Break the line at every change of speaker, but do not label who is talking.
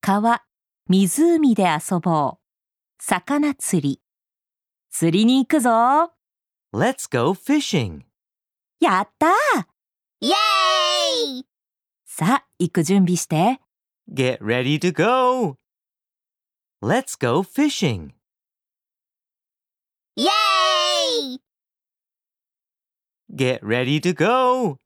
川、湖で遊ぼう。魚釣り。釣りに行くぞ。
Let's go fishing.
やったー
イエーイ
さあ、行く準備して。
Get ready to go. Let's go fishing.
イエーイ
Get ready to go.